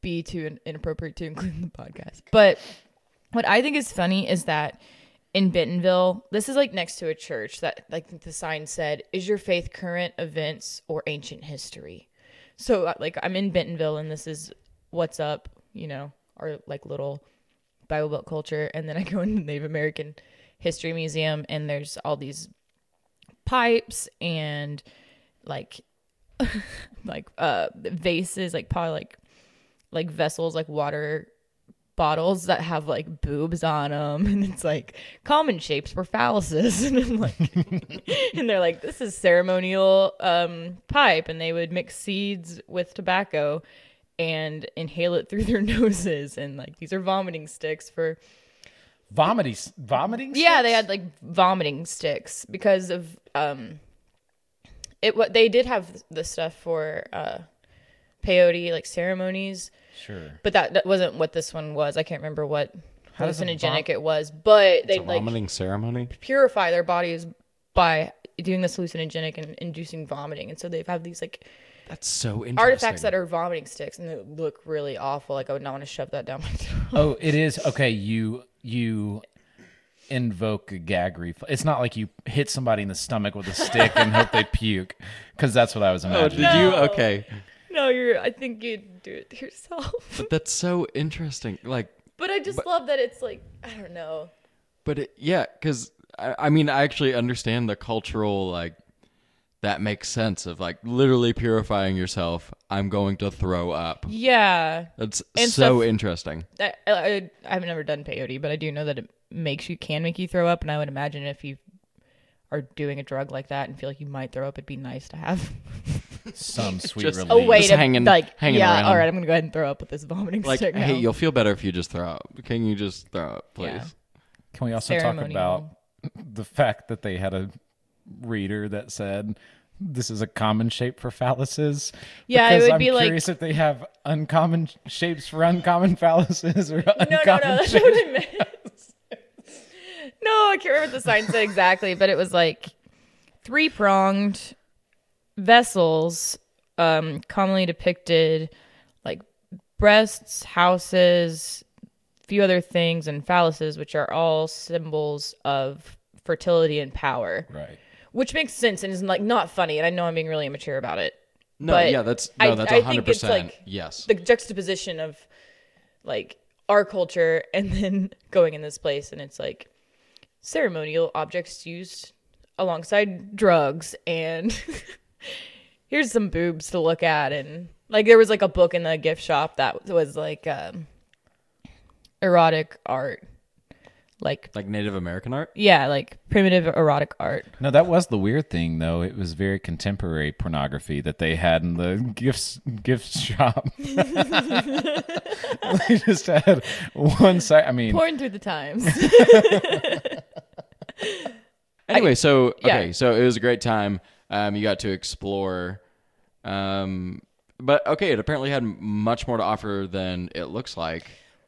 [SPEAKER 2] be too in- inappropriate to include in the podcast, but what I think is funny is that in Bentonville, this is like next to a church that, like the sign said, is your faith current events or ancient history? So, uh, like, I'm in Bentonville and this is what's up, you know, our like little Bible Belt culture. And then I go into the Native American History Museum and there's all these pipes and like *laughs* like uh vases like probably like like vessels like water bottles that have like boobs on them *laughs* and it's like common shapes for phalluses *laughs* and I'm like *laughs* and they're like this is ceremonial um pipe and they would mix seeds with tobacco and inhale it through their *laughs* noses and like these are vomiting sticks for
[SPEAKER 3] Vomiting, vomiting.
[SPEAKER 2] yeah, they had like vomiting sticks because of um it what they did have the stuff for uh peyote like ceremonies,
[SPEAKER 3] sure.
[SPEAKER 2] but that, that wasn't what this one was. I can't remember what
[SPEAKER 3] How does a
[SPEAKER 2] hallucinogenic
[SPEAKER 3] vom-
[SPEAKER 2] it was, but they
[SPEAKER 4] It's a
[SPEAKER 2] like
[SPEAKER 4] vomiting ceremony.
[SPEAKER 2] purify their bodies by doing this hallucinogenic and inducing vomiting. And so they have these like
[SPEAKER 4] That's so interesting.
[SPEAKER 2] artifacts that are vomiting sticks and they look really awful. Like I would not want to shove that down my *laughs* throat.
[SPEAKER 3] Oh, it is okay. You you invoke a gag reflex. It's not like you
[SPEAKER 2] *laughs*
[SPEAKER 3] hit somebody in the stomach with a stick and hope they puke, because that's what I was
[SPEAKER 4] Oh,
[SPEAKER 3] imagining.
[SPEAKER 4] did you? Okay.
[SPEAKER 2] No, you're. I think you'd do it to yourself. *laughs*
[SPEAKER 4] But that's so interesting. Like,
[SPEAKER 2] But I just love that it's like I don't know.
[SPEAKER 4] but it, yeah, because I, I mean, I actually understand the cultural like that makes sense of like literally purifying yourself. I'm going to throw up.
[SPEAKER 2] Yeah,
[SPEAKER 4] That's
[SPEAKER 2] And
[SPEAKER 4] so
[SPEAKER 2] stuff- *laughs*
[SPEAKER 4] interesting.
[SPEAKER 2] I, I, I- I've never done peyote, but I do know that it makes you can make you throw up, and I would imagine if you are doing a drug like that and feel like you might throw up, it'd be nice to have
[SPEAKER 3] Some sweet
[SPEAKER 4] Just-
[SPEAKER 3] relief.
[SPEAKER 2] a way
[SPEAKER 4] Just
[SPEAKER 2] to
[SPEAKER 4] hanging-
[SPEAKER 2] Oh, like
[SPEAKER 4] hanging
[SPEAKER 2] yeah.
[SPEAKER 4] around.
[SPEAKER 2] All right, I'm gonna go ahead and throw up with this vomiting
[SPEAKER 4] Like,
[SPEAKER 2] stick.
[SPEAKER 4] hey,
[SPEAKER 2] now.
[SPEAKER 4] you'll feel better if you just throw up. Can you just throw up, please?
[SPEAKER 2] Yeah.
[SPEAKER 3] Can we also talk
[SPEAKER 2] Ceremonial.
[SPEAKER 3] about the fact that they had a reader that said this is a common shape for phalluses?
[SPEAKER 2] Yeah, it
[SPEAKER 3] Because
[SPEAKER 2] would
[SPEAKER 3] I'm
[SPEAKER 2] be like-
[SPEAKER 3] curious if they have uncommon shapes for uncommon phalluses or uncommon
[SPEAKER 2] no, no, *laughs* no. That's
[SPEAKER 3] shapes.
[SPEAKER 2] what I meant. no, I can't remember what the sign said exactly, but it was like three pronged vessels, um, commonly depicted like breasts, houses, few other things, and phalluses, which are all symbols of fertility and power,
[SPEAKER 3] Right.
[SPEAKER 2] which makes sense and is like not funny. And I know I'm being really immature about it.
[SPEAKER 4] No,
[SPEAKER 2] But
[SPEAKER 4] yeah, that's
[SPEAKER 2] I-
[SPEAKER 4] no, that's
[SPEAKER 2] I
[SPEAKER 4] that's hundred
[SPEAKER 2] think it's,
[SPEAKER 4] percent.
[SPEAKER 2] like,
[SPEAKER 4] Yes,
[SPEAKER 2] the juxtaposition of like our culture *laughs* and then going in this place and it's like ceremonial objects used alongside drugs and *laughs* here's some boobs to look at and like there was like a book in the gift shop that was like um erotic art like
[SPEAKER 4] like Native American art.
[SPEAKER 2] yeah like primitive erotic art
[SPEAKER 3] No, that was the weird thing though. It was very contemporary pornography that they had in the gifts gift shop. *laughs* they just had one side. I mean,
[SPEAKER 2] porn through the times
[SPEAKER 4] Anyway, so
[SPEAKER 2] yeah.
[SPEAKER 4] okay, so it was a great time. Um, you got to explore, um, but okay, it apparently had much more to offer than it looks like.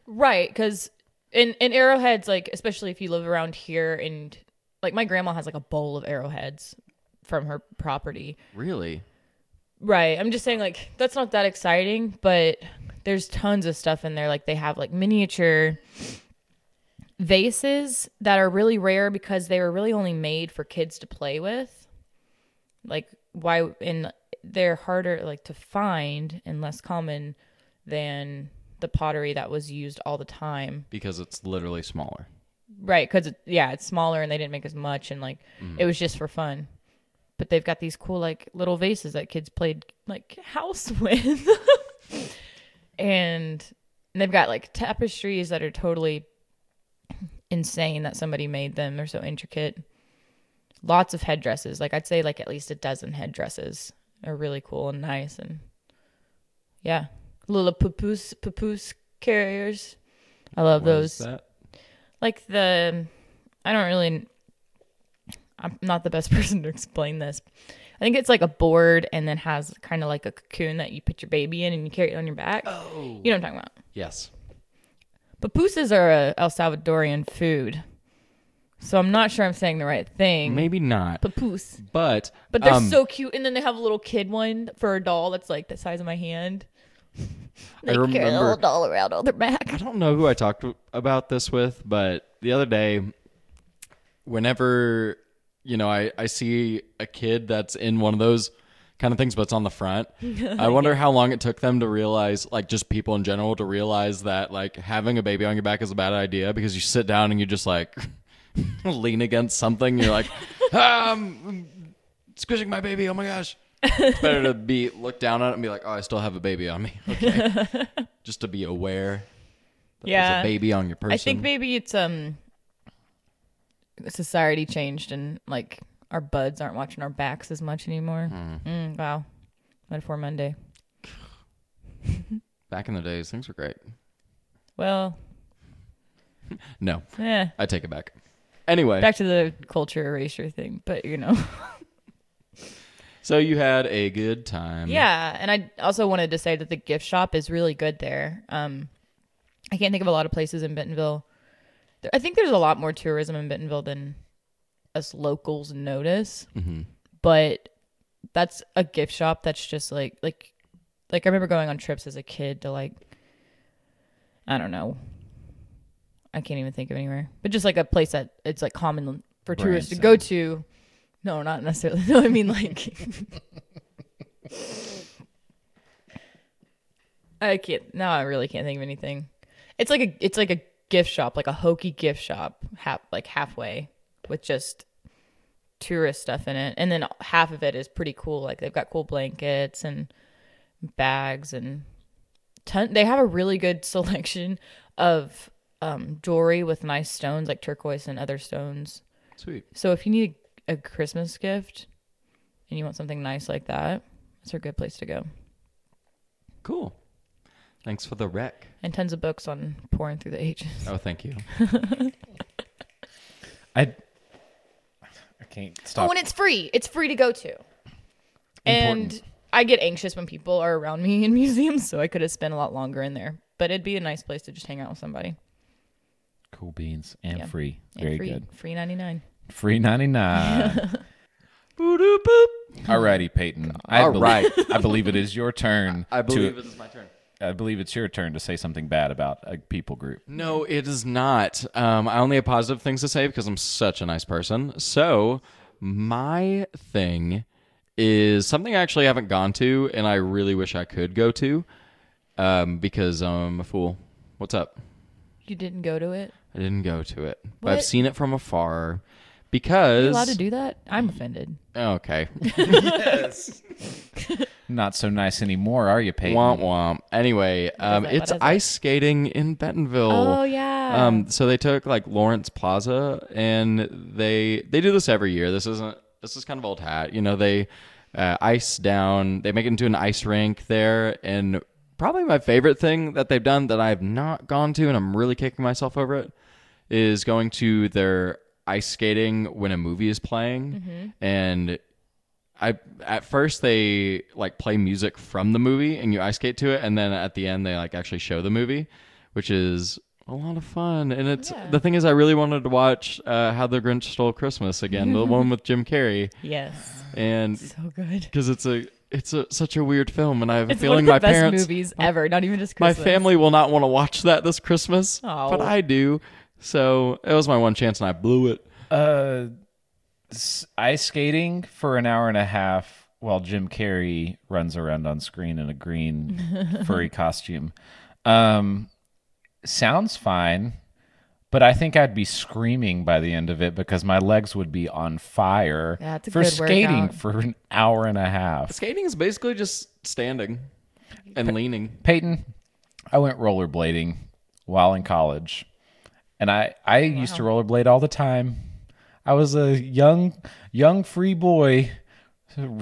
[SPEAKER 2] Right, because in in arrowheads, like especially if you live around here, and like my grandma has like a bowl of arrowheads from her property.
[SPEAKER 4] Really,
[SPEAKER 2] Right, I'm just saying like that's not that exciting, but there's tons of stuff in there. Like they have like miniature vases that are really rare because they were really only made for kids to play with. Like why and they're harder like to find and less common than the pottery that was used all the time
[SPEAKER 4] because it's literally smaller.
[SPEAKER 2] Right, because it, yeah, it's smaller and they didn't make as much, and like it was just for fun. But they've got these cool like little vases that kids played like house *laughs* with, and, and they've got like tapestries that are totally insane that somebody made them. They're so intricate. Lots of headdresses, like I'd say, like at least a dozen headdresses are really cool and nice, and yeah, little papoose papoose carriers. I love
[SPEAKER 4] What is
[SPEAKER 2] those
[SPEAKER 4] that?
[SPEAKER 2] like the I don't really I'm not the best *laughs* person to explain this. I think it's like a board and then has kind of like a cocoon that you put your baby in and you carry it on your back. Oh. You know what I'm talking about.
[SPEAKER 4] Yes,
[SPEAKER 2] Pupusas are a El Salvadorian food. So I'm not sure I'm saying the right thing.
[SPEAKER 4] maybe not,
[SPEAKER 2] Papoose.
[SPEAKER 4] but
[SPEAKER 2] But they're
[SPEAKER 4] um,
[SPEAKER 2] so cute. And then they have a little kid one for a doll that's like the size of my hand. They carry a
[SPEAKER 4] remember-
[SPEAKER 2] little doll around on their back.
[SPEAKER 4] I don't know who I talked about this with, but the other day, whenever you know, I, I see a kid that's in one of those kind of things, but it's on the front. I wonder how long it took them to realize, like just people in general, to realize that like having a baby on your back is a bad idea because you sit down and you just like *laughs* lean against something. You're like, ah, I'm squishing my baby. Oh my gosh. It's better to be look down on it and be like, oh, I still have a baby on me. Okay. just to be aware that
[SPEAKER 2] Yeah.
[SPEAKER 4] there's a baby on your person.
[SPEAKER 2] I think maybe it's um society changed and like our buds aren't watching our backs as much anymore. Mm, wow. Metaphor Monday.
[SPEAKER 4] Back in the days, things were great.
[SPEAKER 2] Well,
[SPEAKER 4] No,
[SPEAKER 2] yeah.
[SPEAKER 4] I take it back. Anyway,
[SPEAKER 2] Back to the culture erasure thing, but you know.
[SPEAKER 4] so you had a good time.
[SPEAKER 2] Yeah, and I also wanted to say that the gift shop is really good there. Um, I can't think of a lot of places in Bentonville. There- I think there's a lot more tourism in Bentonville than us locals notice.
[SPEAKER 4] Mm-hmm.
[SPEAKER 2] But that's a gift shop that's just like like like I remember going on trips as a kid to like I don't know. I can't even think of anywhere. But just like a place that it's like common for tourists to
[SPEAKER 3] Branson.
[SPEAKER 2] go to. *laughs* No, not necessarily. No, I mean like I can't. No, I really can't think of anything. It's like a it's like a gift shop, like a hokey gift shop, half like halfway with just tourist stuff in it, and then half of it is pretty cool. Like they've got cool blankets and bags and ton. They have a really good *laughs* selection of um, jewelry with nice stones, like turquoise and other stones.
[SPEAKER 4] Sweet.
[SPEAKER 2] So if you need a, a Christmas gift and you want something nice like that, it's a good place to go.
[SPEAKER 4] Cool. Thanks for the rec.
[SPEAKER 2] And tons of books on pouring through the *laughs* ages.
[SPEAKER 4] Oh, thank you.
[SPEAKER 3] I I can't stop.
[SPEAKER 2] Oh, and it's free. It's free to go to. And
[SPEAKER 3] Important.
[SPEAKER 2] I get anxious when people are around me in *laughs* museums, so I could have spent a lot longer in there. But it'd be a nice place to just hang out with somebody.
[SPEAKER 3] cool beans and
[SPEAKER 2] Yeah.
[SPEAKER 3] free.
[SPEAKER 2] And
[SPEAKER 3] Very
[SPEAKER 2] free,
[SPEAKER 3] good.
[SPEAKER 2] Free ninety nine.
[SPEAKER 3] Free ninety nine.
[SPEAKER 2] *laughs*
[SPEAKER 4] Boo-doo boop.
[SPEAKER 3] Alrighty, Peyton. I
[SPEAKER 4] All
[SPEAKER 3] believe,
[SPEAKER 4] right.
[SPEAKER 3] I believe it is your turn.
[SPEAKER 4] I believe
[SPEAKER 3] To,
[SPEAKER 4] it is my turn.
[SPEAKER 3] I believe it's your turn to say something bad about a people group.
[SPEAKER 4] No, it is not. Um, I only have positive things to say because I'm such a nice person. So, my thing is something I actually haven't gone to, and I really wish I could go to um, because I'm a fool. What's up?
[SPEAKER 2] You didn't go to it?
[SPEAKER 4] I didn't go to it, but I've
[SPEAKER 2] What?
[SPEAKER 4] seen it from afar.
[SPEAKER 2] Are you
[SPEAKER 4] Because Oh,
[SPEAKER 2] allowed to do that? I'm offended.
[SPEAKER 4] okay,
[SPEAKER 3] Not so nice anymore, are you, Peyton?
[SPEAKER 4] womp womp. Anyway, um,
[SPEAKER 2] it? What
[SPEAKER 4] it's
[SPEAKER 2] is it?
[SPEAKER 4] ice skating in Bentonville.
[SPEAKER 2] Oh, yeah.
[SPEAKER 4] Um, so they took like Lawrence Plaza, and they they do this every year. This isn't this is kind of old hat, you know. They uh, ice down. They make it into an ice rink there, and probably my favorite thing that they've done that I've not gone to, and I'm really kicking myself over it, is going to their ice skating when a movie is playing, and I at first they like play music from the movie and you ice skate to it, and then at the end they like actually show the movie, which is a lot of fun. And it's
[SPEAKER 2] Yeah.
[SPEAKER 4] the thing is I really wanted to watch uh, How the Grinch Stole Christmas
[SPEAKER 2] *laughs*
[SPEAKER 4] again, the one with Jim Carrey,
[SPEAKER 2] yes.
[SPEAKER 4] and
[SPEAKER 2] So good.
[SPEAKER 4] because it's a it's a, such a weird film, and I have a
[SPEAKER 2] It's
[SPEAKER 4] feeling
[SPEAKER 2] one
[SPEAKER 4] my
[SPEAKER 2] of the best
[SPEAKER 4] parents,
[SPEAKER 2] movies ever. Not even just
[SPEAKER 4] my
[SPEAKER 2] Christmas.
[SPEAKER 4] family will not want to watch that this Christmas,
[SPEAKER 2] Oh.
[SPEAKER 4] but I do. So it was my one chance, and I blew it.
[SPEAKER 3] Uh, s- ice skating for an hour and a half while Jim Carrey runs around on screen in
[SPEAKER 2] *laughs*
[SPEAKER 3] a green furry costume. Um, sounds fine, but I think I'd be screaming by the end of it because my legs would be on fire
[SPEAKER 2] That's a
[SPEAKER 3] for
[SPEAKER 2] good
[SPEAKER 3] skating
[SPEAKER 2] workout.
[SPEAKER 3] for an hour and a half.
[SPEAKER 4] Skating is basically just standing and leaning.
[SPEAKER 3] Peyton, I went rollerblading while in college, and I I used to rollerblade all the time. I was a young young free boy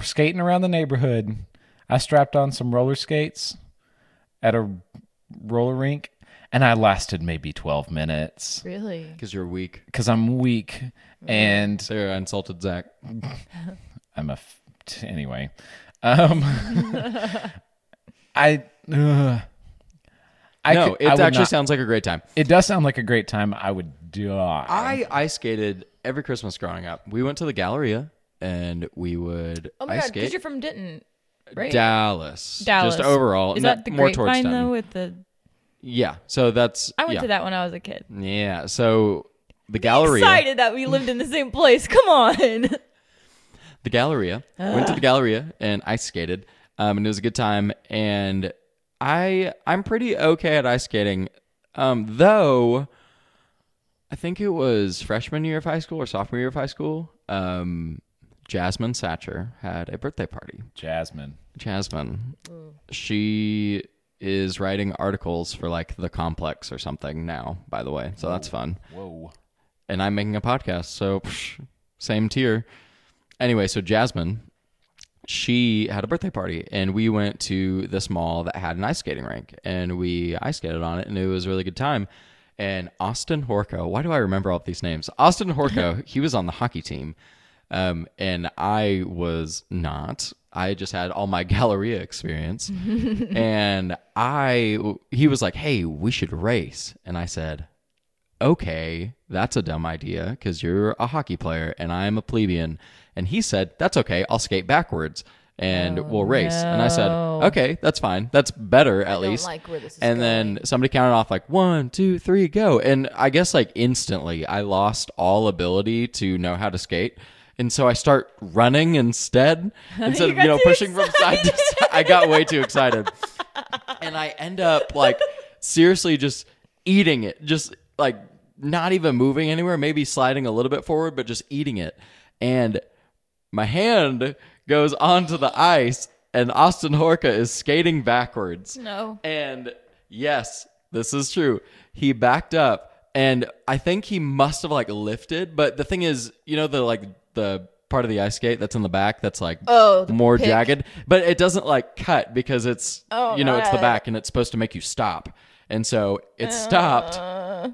[SPEAKER 3] skating around the neighborhood. I strapped on some roller skates at a roller rink, and I lasted maybe twelve minutes
[SPEAKER 2] Really?
[SPEAKER 4] Because you're weak.
[SPEAKER 3] because I'm weak and
[SPEAKER 4] Sarah insulted Zach.
[SPEAKER 3] I'm a f- t- anyway. Um, *laughs* I. Uh, I
[SPEAKER 4] no,
[SPEAKER 3] could- I
[SPEAKER 4] it
[SPEAKER 3] would
[SPEAKER 4] actually
[SPEAKER 3] not-
[SPEAKER 4] sounds like a great time.
[SPEAKER 3] It does sound like a great time. I would die.
[SPEAKER 4] I ice skated every Christmas growing up. We went to the Galleria and we would
[SPEAKER 2] Oh my
[SPEAKER 4] ice
[SPEAKER 2] god, because
[SPEAKER 4] skate.
[SPEAKER 2] you're from Denton, right?
[SPEAKER 4] Dallas,
[SPEAKER 2] Dallas.
[SPEAKER 4] just overall.
[SPEAKER 2] Is
[SPEAKER 4] no,
[SPEAKER 2] that the
[SPEAKER 4] more towards
[SPEAKER 2] grapevine
[SPEAKER 4] Denton.
[SPEAKER 2] though? With the
[SPEAKER 4] Yeah, so that's
[SPEAKER 2] I went
[SPEAKER 4] yeah.
[SPEAKER 2] to that when I was a kid.
[SPEAKER 4] Yeah, so the Galleria,
[SPEAKER 2] Excited that we lived in the same place. Come on. *laughs*
[SPEAKER 4] the Galleria, went to the Galleria and ice skated, um, and it was a good time. And I I'm pretty okay at ice skating, um, though. I think it was freshman year of high school or sophomore year of high school. Um, Jasmine Satcher had a birthday party.
[SPEAKER 3] Jasmine.
[SPEAKER 4] Jasmine, she is writing articles for like the complex or something now, by the way. So that's fun.
[SPEAKER 3] Whoa.
[SPEAKER 4] And I'm making a podcast, so psh, same tier. Anyway, so Jasmine, she had a birthday party and we went to this mall that had an ice skating rink and we ice skated on it and it was a really good time. And Austin Horko, why do I remember all of these names? Austin Horko, he was on the hockey team. Um, and I was not. I just had all my *laughs* Galleria experience.
[SPEAKER 2] *laughs*
[SPEAKER 4] and I, he was like, hey, we should race. And I said, okay, that's a dumb idea because you're a hockey player and I'm a plebeian. And he said, that's okay. I'll skate backwards and we'll race. And I said,
[SPEAKER 2] Oh, no.
[SPEAKER 4] okay, that's fine. That's better at
[SPEAKER 2] don't
[SPEAKER 4] least.
[SPEAKER 2] like where this is
[SPEAKER 4] and then somebody counted off like one, two, three, go. And I guess like instantly I lost all ability to know how to skate. And so I start
[SPEAKER 2] *laughs*
[SPEAKER 4] running instead instead of you
[SPEAKER 2] got
[SPEAKER 4] know
[SPEAKER 2] too
[SPEAKER 4] pushing from side to side. I got way too excited. and I end up like seriously just eating it, just like not even moving anywhere, maybe sliding a little bit forward, but just eating it. And my hand goes onto the ice, and Austin Horka is skating backwards.
[SPEAKER 2] No.
[SPEAKER 4] And yes, this is true. He backed up and I think he must have like lifted, but the thing is, you know the like the part of the ice skate that's in the back that's like
[SPEAKER 2] Oh, the
[SPEAKER 4] more
[SPEAKER 2] pick.
[SPEAKER 4] jagged, but it doesn't like cut because it's
[SPEAKER 2] Oh,
[SPEAKER 4] you know it's the
[SPEAKER 2] right. Uh.
[SPEAKER 4] back and it's supposed to make you stop. And so it stopped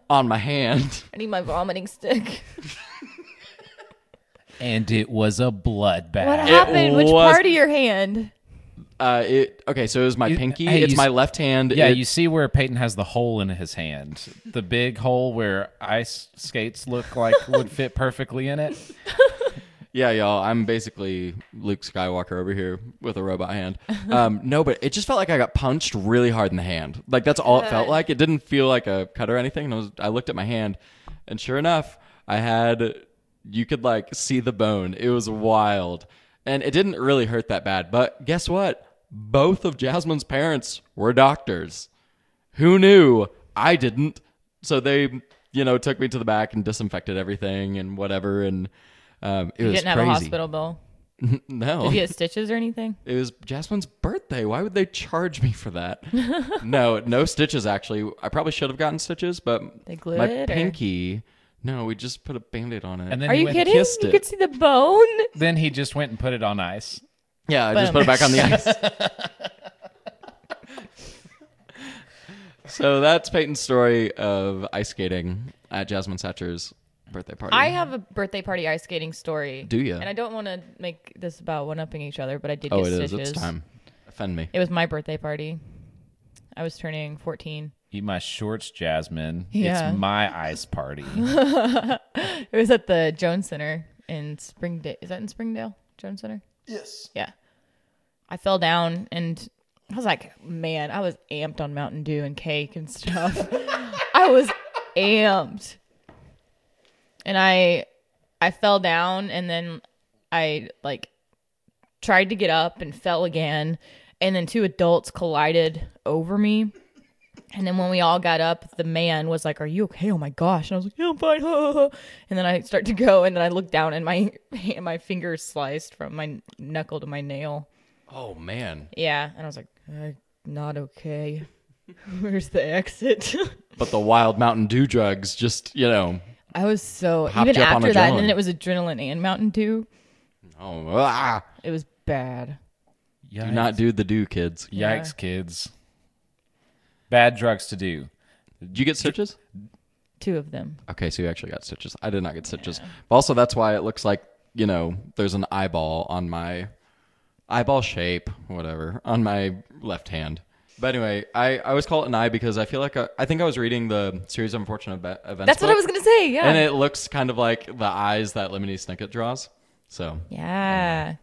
[SPEAKER 4] on my hand. *laughs*
[SPEAKER 2] I need my vomiting stick.
[SPEAKER 3] and it was a
[SPEAKER 2] *laughs*
[SPEAKER 3] bloodbath.
[SPEAKER 2] What happened? Which
[SPEAKER 4] was-
[SPEAKER 2] part of your hand?
[SPEAKER 4] Uh it okay, so it was my
[SPEAKER 3] You-
[SPEAKER 4] pinky,
[SPEAKER 3] hey,
[SPEAKER 4] it's
[SPEAKER 3] you
[SPEAKER 4] my
[SPEAKER 3] s-
[SPEAKER 4] left hand.
[SPEAKER 3] yeah,
[SPEAKER 4] it-
[SPEAKER 3] you see where Peyton has the hole in his hand, the big hole where ice skates look like would fit perfectly in it.
[SPEAKER 4] Yeah, y'all, I'm basically Luke Skywalker over here with a robot hand. Um, no, but it just felt like I got punched really hard in the hand. Like that's all it felt like. It didn't feel like a cut or anything. And I, was, I looked at my hand, and sure enough, I had you could like see the bone. It was wild, and it didn't really hurt that bad. But guess what? Both of Jasmine's parents were doctors. Who knew? I didn't. So they, you know, took me to the back and disinfected everything and whatever. And um, it
[SPEAKER 2] You
[SPEAKER 4] was
[SPEAKER 2] didn't have
[SPEAKER 4] crazy.
[SPEAKER 2] a hospital bill.
[SPEAKER 4] *laughs* No,
[SPEAKER 2] Did you get stitches or
[SPEAKER 4] *laughs*
[SPEAKER 2] anything?
[SPEAKER 4] it was Jasmine's birthday. Why would they charge me
[SPEAKER 2] *laughs*
[SPEAKER 4] for that? no, no stitches. Actually, I probably should have gotten stitches, but
[SPEAKER 2] They glued
[SPEAKER 4] my
[SPEAKER 2] it, or-
[SPEAKER 4] pinky. No, we just put a band-aid on it.
[SPEAKER 3] And then
[SPEAKER 2] Are
[SPEAKER 3] he
[SPEAKER 2] you
[SPEAKER 3] went,
[SPEAKER 2] kidding?
[SPEAKER 4] kissed
[SPEAKER 2] You
[SPEAKER 4] it.
[SPEAKER 2] could see the bone.
[SPEAKER 3] Then he just went and put it on ice.
[SPEAKER 4] yeah, I just
[SPEAKER 2] Boom.
[SPEAKER 4] put it back on the
[SPEAKER 2] *laughs*
[SPEAKER 4] ice. so that's Peyton's story of ice skating at Jasmine Satcher's birthday party.
[SPEAKER 2] I have a birthday party ice skating story.
[SPEAKER 4] Do ya?
[SPEAKER 2] And I don't want to make this about one upping each other, but I did
[SPEAKER 4] oh,
[SPEAKER 2] get
[SPEAKER 4] it is.
[SPEAKER 2] stitches.
[SPEAKER 4] It's time. Offend me.
[SPEAKER 2] It was my birthday party. I was turning 14.
[SPEAKER 3] Eat my shorts, Jasmine.
[SPEAKER 2] Yeah.
[SPEAKER 3] It's my ice party.
[SPEAKER 2] It was at the Jones Center in Springdale. Is that in Springdale? Jones Center? Yes. Yeah. I fell down and I was like, man, I was amped on Mountain Dew and cake and stuff. *laughs* I was amped. And I I fell down and then I like tried to get up and fell again and then two adults collided over me. And then when we all got up, the man was like, "Are you okay? Oh my gosh!" And I was like, "Yeah, I'm fine." *laughs* And then I start to go, and then I look down, and my *laughs* hand, my finger sliced from my knuckle to my nail.
[SPEAKER 4] Oh man.
[SPEAKER 2] Yeah, and I was like, "Uh, "Not okay. *laughs* Where's the exit?" *laughs*
[SPEAKER 4] But the wild Mountain Dew drugs just, you know.
[SPEAKER 2] I was so
[SPEAKER 4] Hopped
[SPEAKER 2] even
[SPEAKER 4] you up on
[SPEAKER 2] after that, and
[SPEAKER 4] adrenaline.
[SPEAKER 2] then it was adrenaline and Mountain Dew.
[SPEAKER 4] Oh, ah.
[SPEAKER 2] It was bad.
[SPEAKER 3] Yikes.
[SPEAKER 4] Do not do the do, kids.
[SPEAKER 3] Yikes, kids. Bad drugs to do.
[SPEAKER 4] Did you get stitches?
[SPEAKER 2] Two of them.
[SPEAKER 4] Okay, so you actually got stitches. I did not get stitches. But also, that's why it looks like you know there's an eyeball on my eyeball shape, whatever, on my left hand. But anyway, I, I always call it an eye because I feel like I, I think I was reading the series of unfortunate Eve- events.
[SPEAKER 2] That's what I
[SPEAKER 4] book,
[SPEAKER 2] was gonna say. Yeah.
[SPEAKER 4] And it looks kind of like the eyes that Lemony Snicket draws. So
[SPEAKER 2] yeah.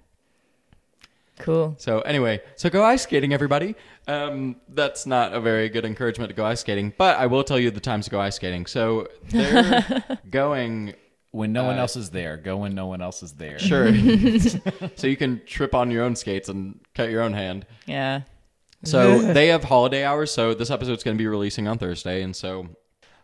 [SPEAKER 2] Cool.
[SPEAKER 4] So anyway, so go ice skating, everybody. Um, that's not a very good encouragement to go ice skating, but I will tell you the times to go ice skating. So they're going
[SPEAKER 3] When no one else is there, go when no one else is there.
[SPEAKER 4] sure, *laughs* so you can trip on your own skates and cut your own hand.
[SPEAKER 2] Yeah.
[SPEAKER 4] So they have holiday hours. So this episode's going to be releasing on Thursday, and so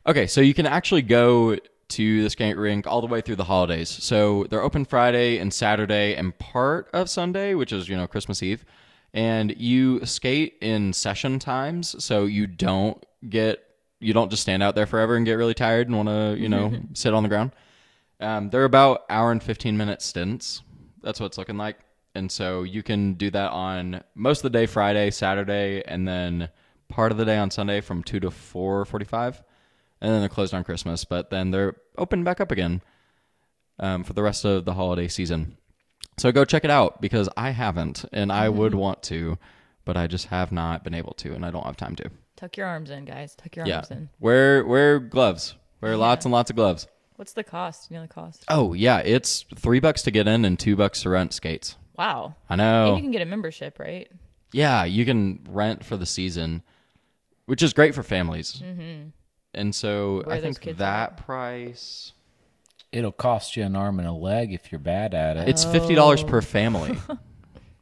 [SPEAKER 4] okay, so you can actually go to the skate rink all the way through the holidays. So they're open Friday and Saturday and part of Sunday, which is you know Christmas Eve, and you skate in session times, so you don't get you don't just stand out there forever and get really tired and want to you know sit on the ground. Um, they're about hour and 15 minute stints. That's what it's looking like. And so you can do that on most of the day, Friday, Saturday, and then part of the day on Sunday from 2 to 4.45. And then they're closed on Christmas, but then they're open back up again um, for the rest of the holiday season. So go check it out because I haven't and I would want to, but I just have not been able to and I don't have time to.
[SPEAKER 2] Tuck your arms in, guys. Tuck your
[SPEAKER 4] Yeah.
[SPEAKER 2] arms in.
[SPEAKER 4] Wear, wear gloves. Wear lots and lots of gloves.
[SPEAKER 2] What's the cost? You know the cost.
[SPEAKER 4] Oh yeah, it's three bucks to get in and two bucks to rent skates.
[SPEAKER 2] Wow.
[SPEAKER 4] I
[SPEAKER 2] And
[SPEAKER 4] know.
[SPEAKER 2] you can get a membership, right?
[SPEAKER 4] yeah, you can rent for the season, which is great for families. Mm-hmm. And so
[SPEAKER 2] Where
[SPEAKER 4] I
[SPEAKER 2] are those
[SPEAKER 4] think
[SPEAKER 2] kids
[SPEAKER 4] that price
[SPEAKER 3] It'll cost you an arm and a leg
[SPEAKER 2] Oh.
[SPEAKER 3] if you're bad at
[SPEAKER 2] *laughs*
[SPEAKER 3] it.
[SPEAKER 4] it's fifty dollars per family.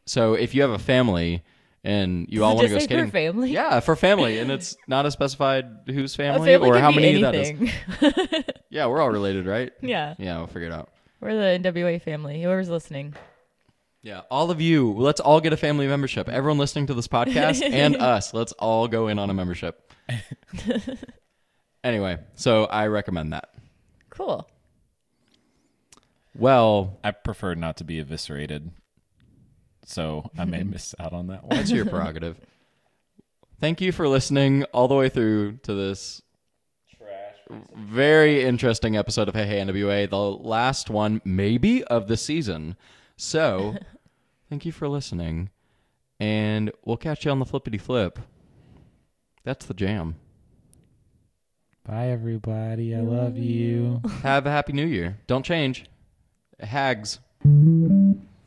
[SPEAKER 4] so if you have a family and you
[SPEAKER 2] Does
[SPEAKER 4] all
[SPEAKER 2] it
[SPEAKER 4] want
[SPEAKER 2] just
[SPEAKER 4] to go
[SPEAKER 2] say for
[SPEAKER 4] skating.
[SPEAKER 2] family?
[SPEAKER 4] Yeah, for family, and it's not a specified
[SPEAKER 2] *laughs*
[SPEAKER 4] whose
[SPEAKER 2] A
[SPEAKER 4] family,
[SPEAKER 2] family
[SPEAKER 4] or
[SPEAKER 2] could
[SPEAKER 4] how
[SPEAKER 2] be
[SPEAKER 4] many that is.
[SPEAKER 2] anything. *laughs*
[SPEAKER 4] Yeah, we're all related, right?
[SPEAKER 2] yeah,
[SPEAKER 4] Yeah, we'll figure it out.
[SPEAKER 2] we're the NWA family. Whoever's listening,
[SPEAKER 4] Yeah, all of you, let's all get a family membership. Everyone listening to this podcast and us, let's all go in on a membership. anyway, so I recommend that.
[SPEAKER 2] cool.
[SPEAKER 4] Well,
[SPEAKER 3] I prefer not to be eviscerated. So I may miss out on that one.
[SPEAKER 4] that's your prerogative. Thank you for listening all the way through to this very interesting episode of Hey Hey NWA, the last one maybe of the season. So, thank you for listening, and we'll catch you on the flippity flip. That's the jam.
[SPEAKER 3] Bye, everybody. I love you.
[SPEAKER 4] Have a happy new year. Don't change. Hags.